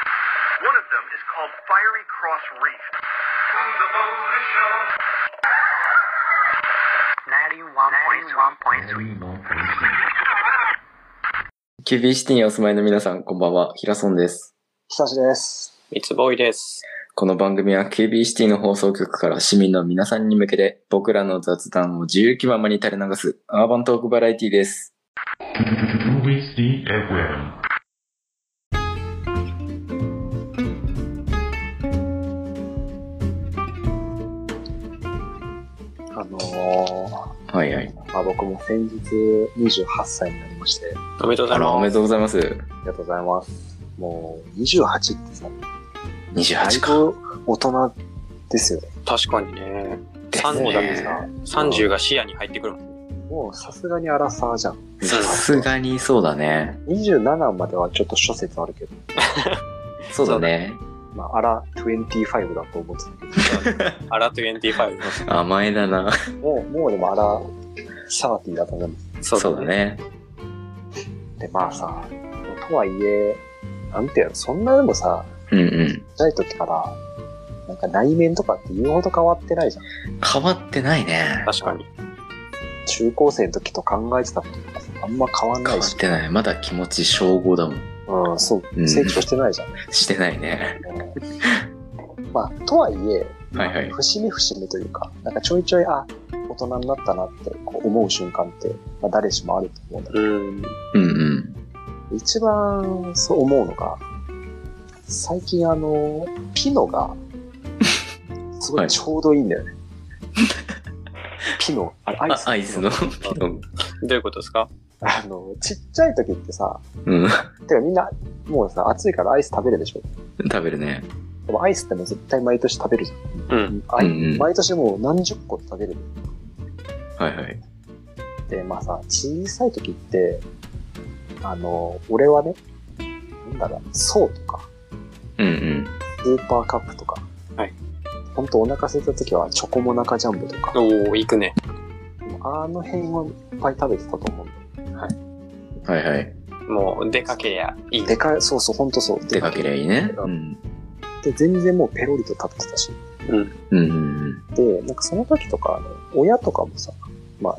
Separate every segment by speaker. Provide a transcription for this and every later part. Speaker 1: One of them is called Fiery Cross Reef. Ninety-one point three.
Speaker 2: キュービーシティにお住まいの皆さん、こんばんは。ヒラソンです。
Speaker 3: 久しです。
Speaker 4: 三つボーイです。
Speaker 2: この番組はキュービーシティの放送局から市民の皆さんに向けて、僕らの雑談を自由気ままに垂れ流すアーバントークバラエティです。
Speaker 5: WSD FM.
Speaker 3: あのー
Speaker 2: はいはい。
Speaker 3: まあ、僕も先日28歳になりまして、あ
Speaker 4: おめでとうござ
Speaker 2: あ
Speaker 4: い
Speaker 2: の、おめ
Speaker 4: ま
Speaker 2: でとうございます。
Speaker 3: りがとうございます。もう28ってさ、
Speaker 2: 28
Speaker 3: だい
Speaker 2: か。
Speaker 3: ぶ大人ですよね。
Speaker 4: す。確かにね。
Speaker 2: です
Speaker 4: そうだね
Speaker 2: ね。
Speaker 4: 30が視野に入ってくるもん。
Speaker 3: もうさすがにアラサーじゃん。
Speaker 2: さすがにそうだね。
Speaker 3: 27まではちょっと諸説あるけど、
Speaker 2: そうだね。
Speaker 3: まあ、アラ25だと思ってた
Speaker 4: アラ25。
Speaker 2: 甘えだな。
Speaker 3: けど、もう、もうでもアラ30だと思うんです。
Speaker 2: そうだ。ね。
Speaker 3: で、まあさ、とはいえ、なんていうの、そんなでもさ、
Speaker 2: うんうん。
Speaker 3: ちっちゃい時から、なんか内面とかって言うほど変わってないじゃん。
Speaker 2: 変わってないね。
Speaker 4: 確かに。
Speaker 3: 中高生の時と考えてたこととかさあんま変わんな
Speaker 2: 変
Speaker 3: い
Speaker 2: わっ
Speaker 3: して
Speaker 2: ない。まだ気持ち小5だもん。
Speaker 3: うん、そうう、
Speaker 2: ん
Speaker 3: 成長してないじゃん。
Speaker 2: してないね。
Speaker 3: うんまあ、とはいえ、
Speaker 2: はいはい。
Speaker 3: 節目節目というか、なんかちょいちょい、あ、大人になったなってこう思う瞬間って、まあ、誰しもあると思うんだけ
Speaker 4: うん。
Speaker 2: うんうん。
Speaker 3: ど、一番そう思うのが、最近あの、ピノが、すご
Speaker 2: はいい
Speaker 3: ちょうどいい んだよね。ピノ、あれ、アイ
Speaker 2: あ
Speaker 3: ス、
Speaker 2: アイ スの。ピノン
Speaker 4: どういうことですか
Speaker 3: あの、ちっちゃい時ってさ、
Speaker 2: うん。
Speaker 3: てかみんな、もうさ、暑いからアイス食べるでしょ。
Speaker 2: 食べるね。
Speaker 3: でもアイスってもう絶対毎年食べるじゃん。
Speaker 4: うん
Speaker 3: あい
Speaker 2: うんうん
Speaker 3: 毎年もう何十個食べる
Speaker 2: はいはい。
Speaker 3: って、まあさ、小さい時って、あの、俺はね、なんだろう、そうとか、
Speaker 2: うんうん。
Speaker 3: スーパーカップとか、
Speaker 4: はい。
Speaker 3: ほんとお腹空いた時はチョコモナカジャンボとか、
Speaker 4: おお、行くね。
Speaker 3: あの辺をいっぱい食べてたと思うんだよ。
Speaker 2: はいはい。
Speaker 4: もう、出かけや。いい。
Speaker 3: でかい、そうそう、ほんとそう。
Speaker 2: 出かけりゃいいね。
Speaker 3: う
Speaker 2: うんん。
Speaker 3: で、全然もうペロリと食べてたし。
Speaker 2: うんうん
Speaker 3: で、なんかその時とか、あの親とかもさ、まあ、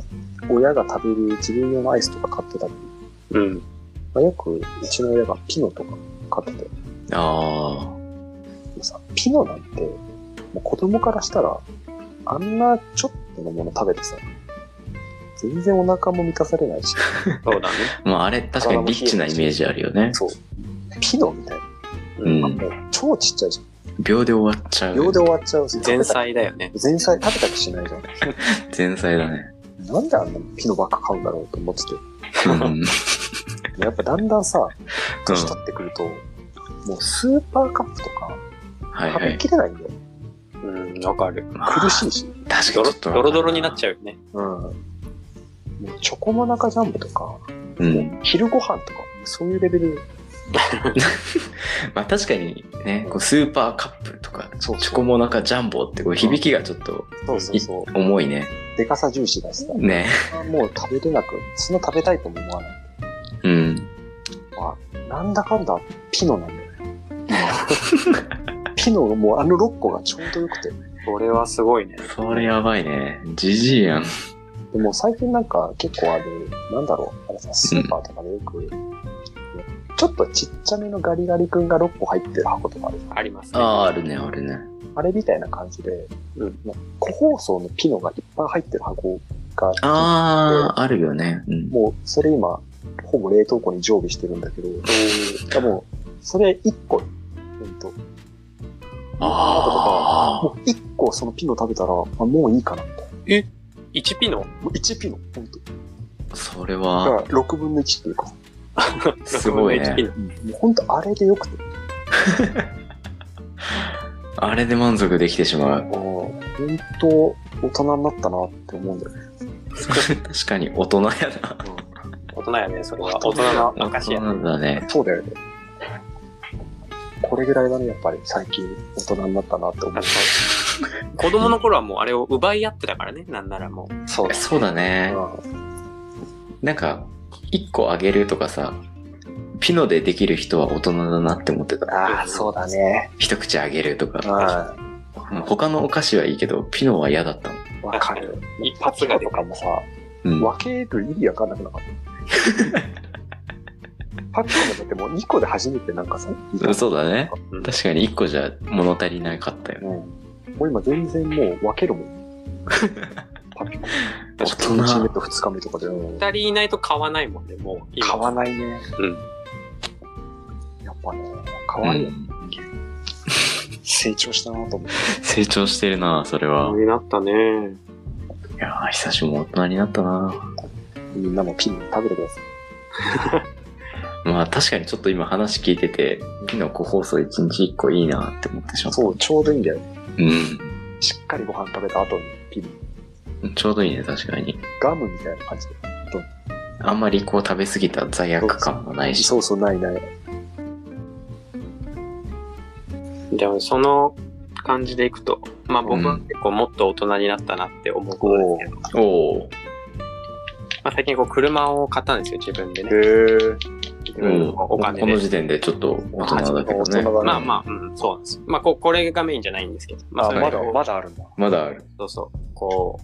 Speaker 3: 親が食べる自分用のアイスとか買ってたり、
Speaker 4: うん。
Speaker 3: まあ、よくうちの親がピノとか買ってて、
Speaker 2: うん。あ
Speaker 3: でもさ、ピノなんて、もう子供からしたら、あんなちょっとのもの食べてさ、全然お腹も満たさ れないし、
Speaker 4: そうだね。
Speaker 2: あ。まああれ、確かにリッチなイメージあるよね。
Speaker 3: そう、ピノみたいな。
Speaker 4: う。
Speaker 2: うんん。
Speaker 3: もう超ちっちゃいじ
Speaker 2: 秒で終わっちゃ
Speaker 3: ゃ。。
Speaker 2: うん
Speaker 3: 秒で終わっちゃうし、
Speaker 4: 前菜だよね。
Speaker 3: 前菜食べたりしないじゃん。
Speaker 2: 前菜だね。
Speaker 3: なんであんなピノばっか買うんだろうと思ってて。
Speaker 2: うん。
Speaker 3: やっぱだんだんさ、年取ってくると、もうスーパーカップとか
Speaker 2: はい
Speaker 3: 食
Speaker 2: は
Speaker 3: べ
Speaker 2: い。
Speaker 3: きれないんだよ。
Speaker 4: うん、わかる。
Speaker 3: 苦しいし。
Speaker 2: 確かにちょ
Speaker 4: ド
Speaker 2: っ
Speaker 4: ロ、
Speaker 2: と。
Speaker 4: ドロドロになっちゃうよね。
Speaker 3: うん。もうチョコモナカジャンボとか、
Speaker 2: う。うん。
Speaker 3: 昼ご飯とか、そういうレベル、
Speaker 2: まあ確かにね、こうスーパーカップとか、チ
Speaker 3: そうそう
Speaker 2: ョコモナカジャンボってこう響きがちょっと
Speaker 3: そうそうそう。
Speaker 2: 重いね。
Speaker 3: でかさ重視だしさ、
Speaker 2: ね。
Speaker 3: もう食べれなく、そんな食べたいとも思わない。
Speaker 2: うん。
Speaker 3: まあ、なんだかんだ、ピノなんだよ ね。ピノがもうあの6個がちょうどよくて。
Speaker 4: これはすごいね。
Speaker 2: それやばいね。じじいやん。
Speaker 3: でも最近なんか結構ある、なんだろう、あれさ、スーパーとかでよく、ちょっとちっちゃめのガリガリ君が6個入ってる箱とかある。
Speaker 4: ありますね。
Speaker 2: ああ、あるね、あるね。
Speaker 3: あれみたいな感じで、
Speaker 4: うん
Speaker 3: 個包装のピノがいっぱい入ってる箱が、
Speaker 2: ああ、あるよね。うん。
Speaker 3: もうそれ今、ほぼ冷凍庫に常備してるんだけど、でも、それ1個、ほんと。
Speaker 2: ああ。
Speaker 3: もう一個そのピノ食べたら、あもういいかなみたいな。
Speaker 4: 1ピノ
Speaker 3: もう1ピノ、ほんと。
Speaker 2: それ
Speaker 3: だ
Speaker 2: は
Speaker 3: か、ら6分の1っていうか、
Speaker 2: すごい
Speaker 4: 6分の1
Speaker 2: ね
Speaker 4: ピ。ノ
Speaker 3: うん、もうほんとあれでよくて。
Speaker 2: あれで満足できてしまう。
Speaker 3: あーほんと大人になったなって思うんだよね。
Speaker 2: 確かに大人やな。
Speaker 4: 大人やね、そ れは。
Speaker 3: 大
Speaker 4: 大
Speaker 3: 人
Speaker 4: 人
Speaker 3: だ
Speaker 4: の
Speaker 2: 大
Speaker 4: 証や。
Speaker 2: 人だね。
Speaker 3: そうだよね。これぐらいだね、やっぱり最近大人になったなって思う。
Speaker 4: 確かに子供の頃はもうあれを奪い合ってたからね、なんならもう。
Speaker 3: そう
Speaker 2: そうだね。
Speaker 3: う
Speaker 2: なんか、一個あげるとかさ、ピノでできる人は大人だなって思ってた。
Speaker 3: ああ、そうだね。
Speaker 2: 一口あげると
Speaker 3: うん。
Speaker 2: か。
Speaker 3: わ
Speaker 2: 他のお菓子はいいけど、ピノは嫌だったの。
Speaker 3: かる。
Speaker 4: 一発が出
Speaker 3: と
Speaker 4: る
Speaker 3: かもさ、
Speaker 2: うん。
Speaker 3: 分ける意味わかんなくなかった。パックもだってもう2個で初めてなんかさ、
Speaker 2: うんそうだね。
Speaker 4: うん
Speaker 2: 確かに1個じゃ物足りなかったよね。
Speaker 3: うん。もう今全然もう分けるもん。パピコ。
Speaker 2: 大
Speaker 3: 1日
Speaker 2: 人。
Speaker 3: 目と2日目とかで。うん
Speaker 4: 二人いないと買わないもんね、もう。
Speaker 3: 買わ
Speaker 4: ない。
Speaker 3: ないね。
Speaker 4: うん。
Speaker 3: やっぱね、変
Speaker 2: う
Speaker 3: わるよ、
Speaker 2: ん、
Speaker 3: 成長したなと思って。
Speaker 2: 成長してるな、それは。
Speaker 4: になったね。
Speaker 2: いやー、久しぶりも大人になったな。
Speaker 3: みんなもピン食べてください。
Speaker 2: まあ確かにちょっと今話聞いてて、ピノ個包装1日1個いいなって思ってしまった。
Speaker 3: そう、ちょうどいいんだよ。
Speaker 2: う
Speaker 3: しっかりご飯食べた後にピン。
Speaker 2: ん。ちょうどいいね、確かに。
Speaker 3: ガムみたいな感じで。
Speaker 2: あんまりこう食べ過ぎた罪悪感もないし。
Speaker 3: そうそう、ないない。
Speaker 4: でも、その感じでいくと、まあ僕
Speaker 2: う
Speaker 4: は
Speaker 2: ん
Speaker 4: 結構もっと大人になったなって思うことですけど、
Speaker 2: おお。
Speaker 4: まあ最近こう車を買ったんですよ、自分で
Speaker 3: へ
Speaker 4: ね。
Speaker 3: ー。
Speaker 4: 自
Speaker 2: う
Speaker 4: 分
Speaker 2: ん。
Speaker 4: のお金
Speaker 2: この
Speaker 4: で。
Speaker 2: 時点でちょっと大人だけど
Speaker 3: 大人だ
Speaker 2: ね。
Speaker 3: ね。
Speaker 4: まあまあ、うん、そうなんです。まあこ、これがメインじゃないんですけど、まあ、
Speaker 3: あ、
Speaker 4: それ
Speaker 3: ま
Speaker 4: が
Speaker 3: だ、
Speaker 4: こう
Speaker 3: まだあるんだ。
Speaker 2: まだある。
Speaker 4: そうそう、こ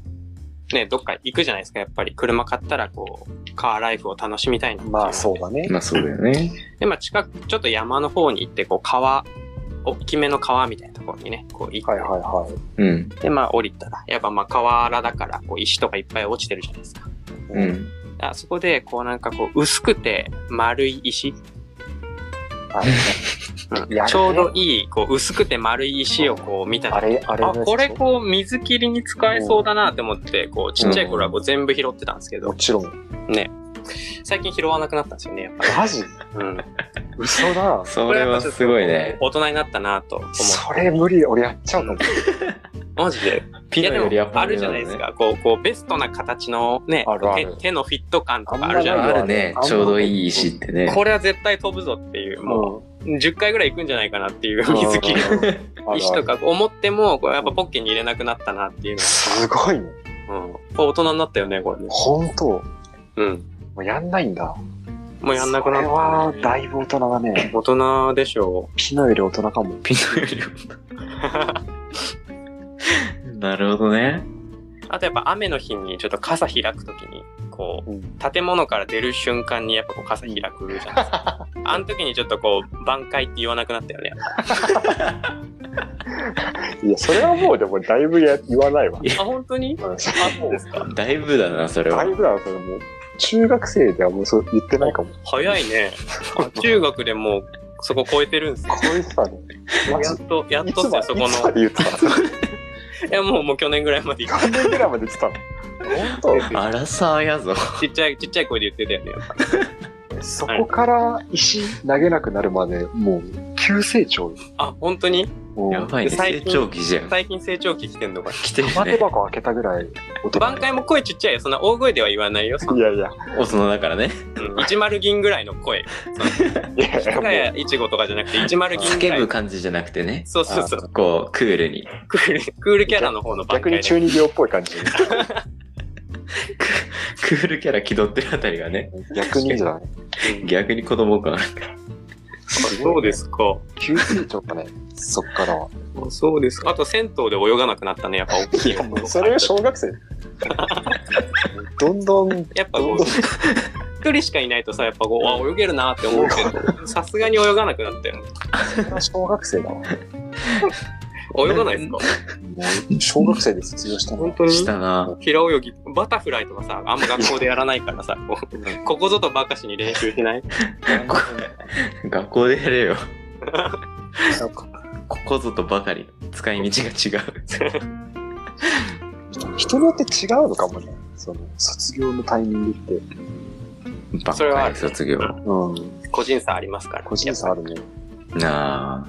Speaker 4: う、ね、どっか行くじゃないですか、やっぱり車買ったら、こう、カーライフを楽しみたいな。
Speaker 3: まあそうだね。
Speaker 2: まあそうだよね。
Speaker 4: で、まあ近く、ちょっと山の方に行って、こう、川、大きめの川みたいなところにね、こう行って、
Speaker 3: はいはいはい。
Speaker 2: うん。
Speaker 4: で、まあ降りたら、やっぱまあ河原だから、こう石とかいっぱい落ちてるじゃないですか。
Speaker 2: う。ん。
Speaker 4: あそこで、こうなんかこう、薄くて丸い石、
Speaker 3: あれね
Speaker 4: うん
Speaker 3: やるね
Speaker 4: ちょうどいい、こう、薄くて丸い石をこう見た
Speaker 3: あ
Speaker 4: ら、
Speaker 3: れ、あれの
Speaker 4: あ、
Speaker 3: やつ
Speaker 4: これこう、水切りに使えそうだなって思って、こう、ちっちゃい頃はこう全部拾ってたんですけ
Speaker 3: も
Speaker 4: ど、
Speaker 3: ちろん。
Speaker 4: ね、最近拾わなくなったんですよね、やっぱり。
Speaker 3: マジ
Speaker 4: うん。
Speaker 3: 嘘 だ。
Speaker 2: それはすごいね。
Speaker 4: 大人になったなと思って。
Speaker 3: それ無理。俺やっちゃうかも。
Speaker 4: マジで。
Speaker 2: ピノよりやっぱ
Speaker 4: あるじゃないです。か。こう、こう、ベストな形のね
Speaker 3: あるあ、
Speaker 4: 手
Speaker 3: る
Speaker 4: 手のフィット感とかあるじゃ
Speaker 3: あんま
Speaker 4: な
Speaker 3: ない
Speaker 2: あるね。ちょうどいい石ってね。
Speaker 4: これは絶対飛ぶぞっていう、も
Speaker 3: も
Speaker 4: う、10回ぐらい行くんじゃないかなっていう
Speaker 3: うん、
Speaker 4: 水切り
Speaker 3: あるある
Speaker 4: 石とか思っても、こうやっぱポッケに入れなくなったなっていう
Speaker 3: すごいね。
Speaker 4: のは、うん。これ大人になったよね、これね。
Speaker 3: 本当も
Speaker 4: うん。
Speaker 3: うやんないんだ。
Speaker 4: もうやんなくな
Speaker 3: これは
Speaker 4: った、
Speaker 3: だいぶ大人だね。
Speaker 4: 大人でしょ
Speaker 3: ピノより大人かも。
Speaker 2: ピノよりやっぱなるほどね。
Speaker 4: う。あとやっぱ雨の日にちょっと傘開くときに、こ
Speaker 3: うん
Speaker 4: う、建物から出る瞬間にやっぱこう傘開くじゃないですか。 あの時にちょっとこう、挽回って言わなくなったよね。
Speaker 3: いや、それはもうでもだいぶや言わないわ。
Speaker 4: あ、本当に
Speaker 3: うん
Speaker 4: あ、そうですか。
Speaker 2: だいぶだな、それ
Speaker 3: だ。
Speaker 2: はい
Speaker 3: ぶだな、それもう。中学生ではもうそう言ってない かも。
Speaker 4: 早いね。あ中学でもう、そこ超えてるんですよ
Speaker 3: こ。ういうさね。マ
Speaker 4: や
Speaker 3: ジ
Speaker 4: っと、やっ
Speaker 3: い
Speaker 4: と
Speaker 3: つ
Speaker 4: っ
Speaker 3: ま
Speaker 4: て
Speaker 3: で
Speaker 4: そこ
Speaker 3: いつま
Speaker 4: の、
Speaker 3: で言ってたの
Speaker 4: いやもう、もう去年ぐらいまで行っ
Speaker 3: 何年ぐらいまで言ってたの本
Speaker 2: あらさあやぞ。
Speaker 4: ちっちゃい、ちっちゃい声で言ってたよね。やっぱ
Speaker 3: 当そこから石投げなくなるまで、もう、急成長よ。
Speaker 4: あ、本当に
Speaker 3: もう
Speaker 2: やばいね。成
Speaker 4: 最近
Speaker 2: 長期じゃん。
Speaker 4: 最近成長期来てんのかな。
Speaker 2: 来てる
Speaker 3: 手
Speaker 2: ね。
Speaker 3: 箱開けたぐらい大人。
Speaker 4: 挽回も声ちっちゃいよ。そんな大声では言わないよ。
Speaker 3: いやいや、
Speaker 2: 大人だからね。
Speaker 4: うん10銀ぐらいの 声。
Speaker 3: いやいや、
Speaker 4: 深
Speaker 3: もう
Speaker 4: 谷いちごとかじゃなくて、10銀ぐら
Speaker 2: 叫
Speaker 4: い
Speaker 2: ぶ
Speaker 4: の。
Speaker 2: 感じじゃなくてね。
Speaker 4: そうそうそう。
Speaker 2: こう、クールに。
Speaker 4: クール、クールキャラの方の挽
Speaker 3: 逆
Speaker 4: 回
Speaker 3: に中二病っぽい 感じ。
Speaker 2: クールキャラ気取ってるあたりがね。
Speaker 3: 逆にじゃない。
Speaker 2: 逆に子供感。
Speaker 4: そうですか。
Speaker 3: 急成長かね、そっからは。
Speaker 4: あそうですか。あと、銭湯で泳がなくなったね。やっぱ大きい方の。
Speaker 3: それは小学生。どんどん、
Speaker 4: やっ ぱこう、一人しかいないとさ、やっぱこう、あ、泳げるなって思うけど、さすがに泳がなくなったよね。
Speaker 3: 小学生だわ。も
Speaker 4: 泳がないですか
Speaker 3: う小学生で卒業したの。
Speaker 4: 本当に
Speaker 2: したな。
Speaker 4: 平泳ぎ、バタフライとかさ、あんま学校でやらないからさ、こうここぞとばかしに練習しない
Speaker 2: こ学校でやれよ。
Speaker 3: なんか
Speaker 2: ここぞとばかり。使い道が違う。
Speaker 3: 人によって違うのかもね。その、卒業のタイミングって。
Speaker 2: 挽
Speaker 4: それはあ
Speaker 2: 回
Speaker 4: る
Speaker 2: 卒業。
Speaker 3: うん。
Speaker 4: 個人差ありますから。
Speaker 3: 個人差あるね。
Speaker 2: なあ。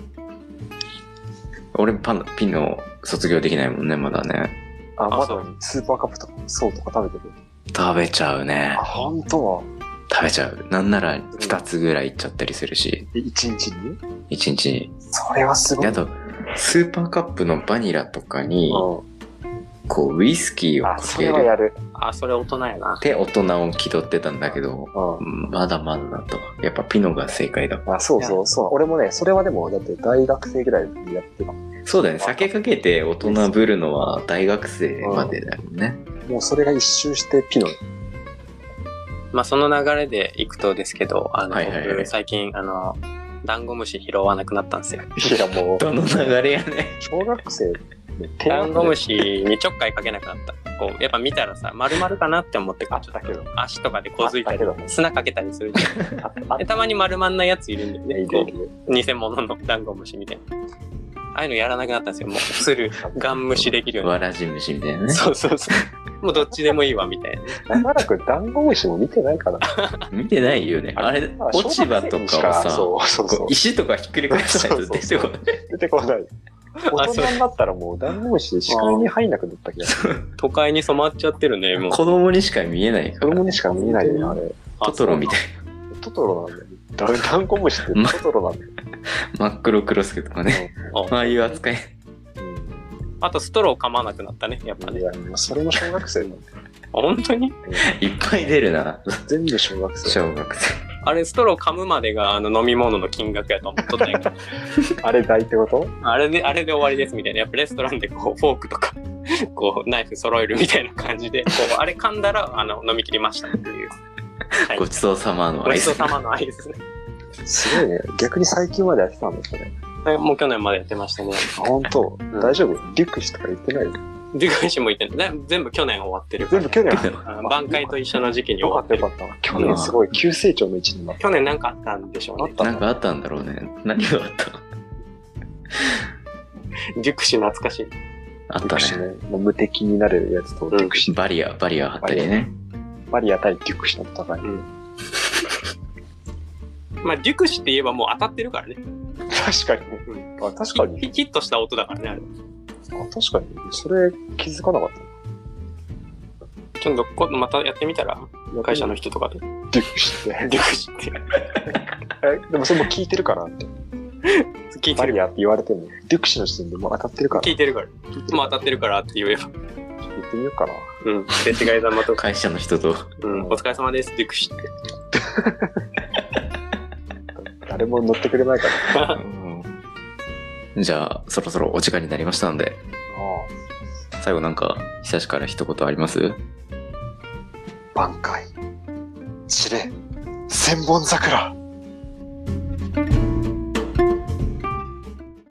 Speaker 2: 俺パン、ピノ卒業できないもんね、まだね。
Speaker 3: あ、ま
Speaker 4: そ
Speaker 3: だ
Speaker 4: う
Speaker 3: スーパーカップとか、そうとか食べてる。
Speaker 2: 食べちゃうね
Speaker 3: あ、。本当は。
Speaker 2: 食べちゃう。なんなら2つぐらいいっちゃったりするし、
Speaker 3: え一日に
Speaker 2: 1日に。
Speaker 3: それはすご
Speaker 2: で
Speaker 3: い。
Speaker 2: あと、スーパーカップのバニラとかに、
Speaker 3: う
Speaker 2: こうウイスキーを
Speaker 3: あ、
Speaker 2: か
Speaker 3: そ
Speaker 2: け
Speaker 3: れ
Speaker 2: る
Speaker 3: はやる。
Speaker 4: あ、それ大人やな。
Speaker 2: で大人を気取ってたんだけど、
Speaker 3: う
Speaker 2: まだまだだと。やっぱピノが正解だ。
Speaker 3: ん。あ、そうそう、そう。俺もね、それはでも、だって大学生ぐらいでやってた。
Speaker 2: そうだよね。酒かけて大人ぶるのは大学生までだよね。
Speaker 3: もうそれが一周してピノに。
Speaker 4: まあその流れでいくとですけど、あの、
Speaker 2: はいはいはい
Speaker 4: 僕最近、あの、ダンゴムシ拾わなくなったんですよ。
Speaker 3: いや、もう、
Speaker 2: どの流れやね。
Speaker 3: 小学生の低
Speaker 4: ダ
Speaker 3: 学
Speaker 4: ンゴムシにちょっかいかけなくなった。こう、やっぱ見たらさ、丸々かなって思ってこう
Speaker 3: あったけど
Speaker 4: ちょっと足とかでこづいたり
Speaker 3: あったけど、
Speaker 4: 砂かけたりするじゃん
Speaker 3: ああ
Speaker 4: でたまに丸まんないやついるんだ
Speaker 3: いや
Speaker 4: よね。
Speaker 3: いるい
Speaker 4: こ
Speaker 3: る
Speaker 4: う、偽物のダンゴムシみたいな。ああいうのやらなくなったんですよ。もう、する、ガン無視できるよう
Speaker 2: わらじ虫みたいな
Speaker 4: に。
Speaker 2: ね。
Speaker 4: そうそうそう。もうどっちでもいいわ、みたいな。
Speaker 3: しばらくダンゴムシも見てないかな。
Speaker 2: 見てないよね。あれ、
Speaker 3: まあ
Speaker 2: 落ち葉とかをさ、
Speaker 3: 小学生にしかそうそうそ
Speaker 2: こう。
Speaker 3: う
Speaker 2: 石とかひっくり返さないと出てこない。
Speaker 3: 出てこない。大人になったらもうダンゴムシ視界に入んなくなったけど、
Speaker 4: 都会に染まっちゃってるね、もう。
Speaker 2: 子供にしか見えないか
Speaker 3: 子
Speaker 2: ら。
Speaker 3: 供にしか見えないよね、あれ。
Speaker 2: トトロみたい
Speaker 3: トトロなんだよ。ダダンゴムシって
Speaker 2: ま
Speaker 3: トトロなん だよ。
Speaker 2: な。真っ黒クロスケとかね。ああいう扱い。
Speaker 4: あとストロー噛まなくなったね、やっぱ
Speaker 3: うんい
Speaker 4: ね。
Speaker 3: や、もうそれも小学生なんだよ。
Speaker 4: あ本当に
Speaker 2: いっぱい出るな。
Speaker 3: 全部小学 生。
Speaker 2: 小学生。
Speaker 4: あれ、ストロー噛むまでがあの飲み物の金額やと思っとったんやけど、
Speaker 3: あれ大ってこと
Speaker 4: あれで、あれで終わりですみたいな。やっぱレストランでこう、フォークとか、 こう、ナイフ揃えるみたいな感じで、こう、あれ噛んだら、あの、飲み切りましたっ ていう。はい
Speaker 2: ご。ちそうさまの
Speaker 4: ご
Speaker 2: ア
Speaker 4: ち
Speaker 2: イ
Speaker 4: そう
Speaker 2: ス。
Speaker 4: さまのアイスね。
Speaker 3: す ごいね。逆に最近までやってたんですよね。
Speaker 4: もう去年までやってましたね。
Speaker 3: あ、ほんと
Speaker 4: ん
Speaker 3: 大丈夫リュックシとか言ってない
Speaker 4: デュガイシもいてね、全部去年終わってるか
Speaker 3: 全
Speaker 4: ら。
Speaker 3: 部去年。
Speaker 4: あ挽回と一緒の時期に終
Speaker 3: よ
Speaker 4: わ
Speaker 3: かって
Speaker 4: っ
Speaker 3: た
Speaker 4: る
Speaker 3: よ。かった。去年すごい急成長の位置になっ
Speaker 4: 去年なんかあったんでしょうね。
Speaker 2: なんかあったんだろうね。何があった
Speaker 4: デュクシ懐かしい。
Speaker 2: あっ
Speaker 3: た。リュ
Speaker 2: た
Speaker 3: ックシ
Speaker 2: ね。
Speaker 3: ね。もう無敵になれるやつと、リュックシ。
Speaker 2: バリア、バリア貼ったりね。
Speaker 3: バリア対リュックシの戦い。
Speaker 4: まあ、デュクシって言えばもう当たってるからね。
Speaker 3: 確かに。あ確かに。
Speaker 4: ヒヒットした音だからね、あれ。
Speaker 3: あ確かに。それ気づかなかったな。
Speaker 4: ちょっと今度またやってみたら会社の人とかで。
Speaker 3: デュックして。
Speaker 4: デュクシって。
Speaker 3: えでもそれも聞いてるからって。
Speaker 4: 聞いて
Speaker 3: バ
Speaker 4: る。
Speaker 3: リアって言われても、デュクシの時点でもう当たってるから。
Speaker 4: 聞いてるから。もう当たってるからって言えば。
Speaker 3: 言ってみようかな。
Speaker 4: うん。で、違いざまとか。
Speaker 2: 会社の人と。
Speaker 4: うん。お疲れ様です、デュクシって。
Speaker 3: 誰も乗ってくれないから。
Speaker 2: じゃあ、そろそろお時間になりましたので、最後なんか、久しから一言あります
Speaker 3: 挽回。知れ。千本桜。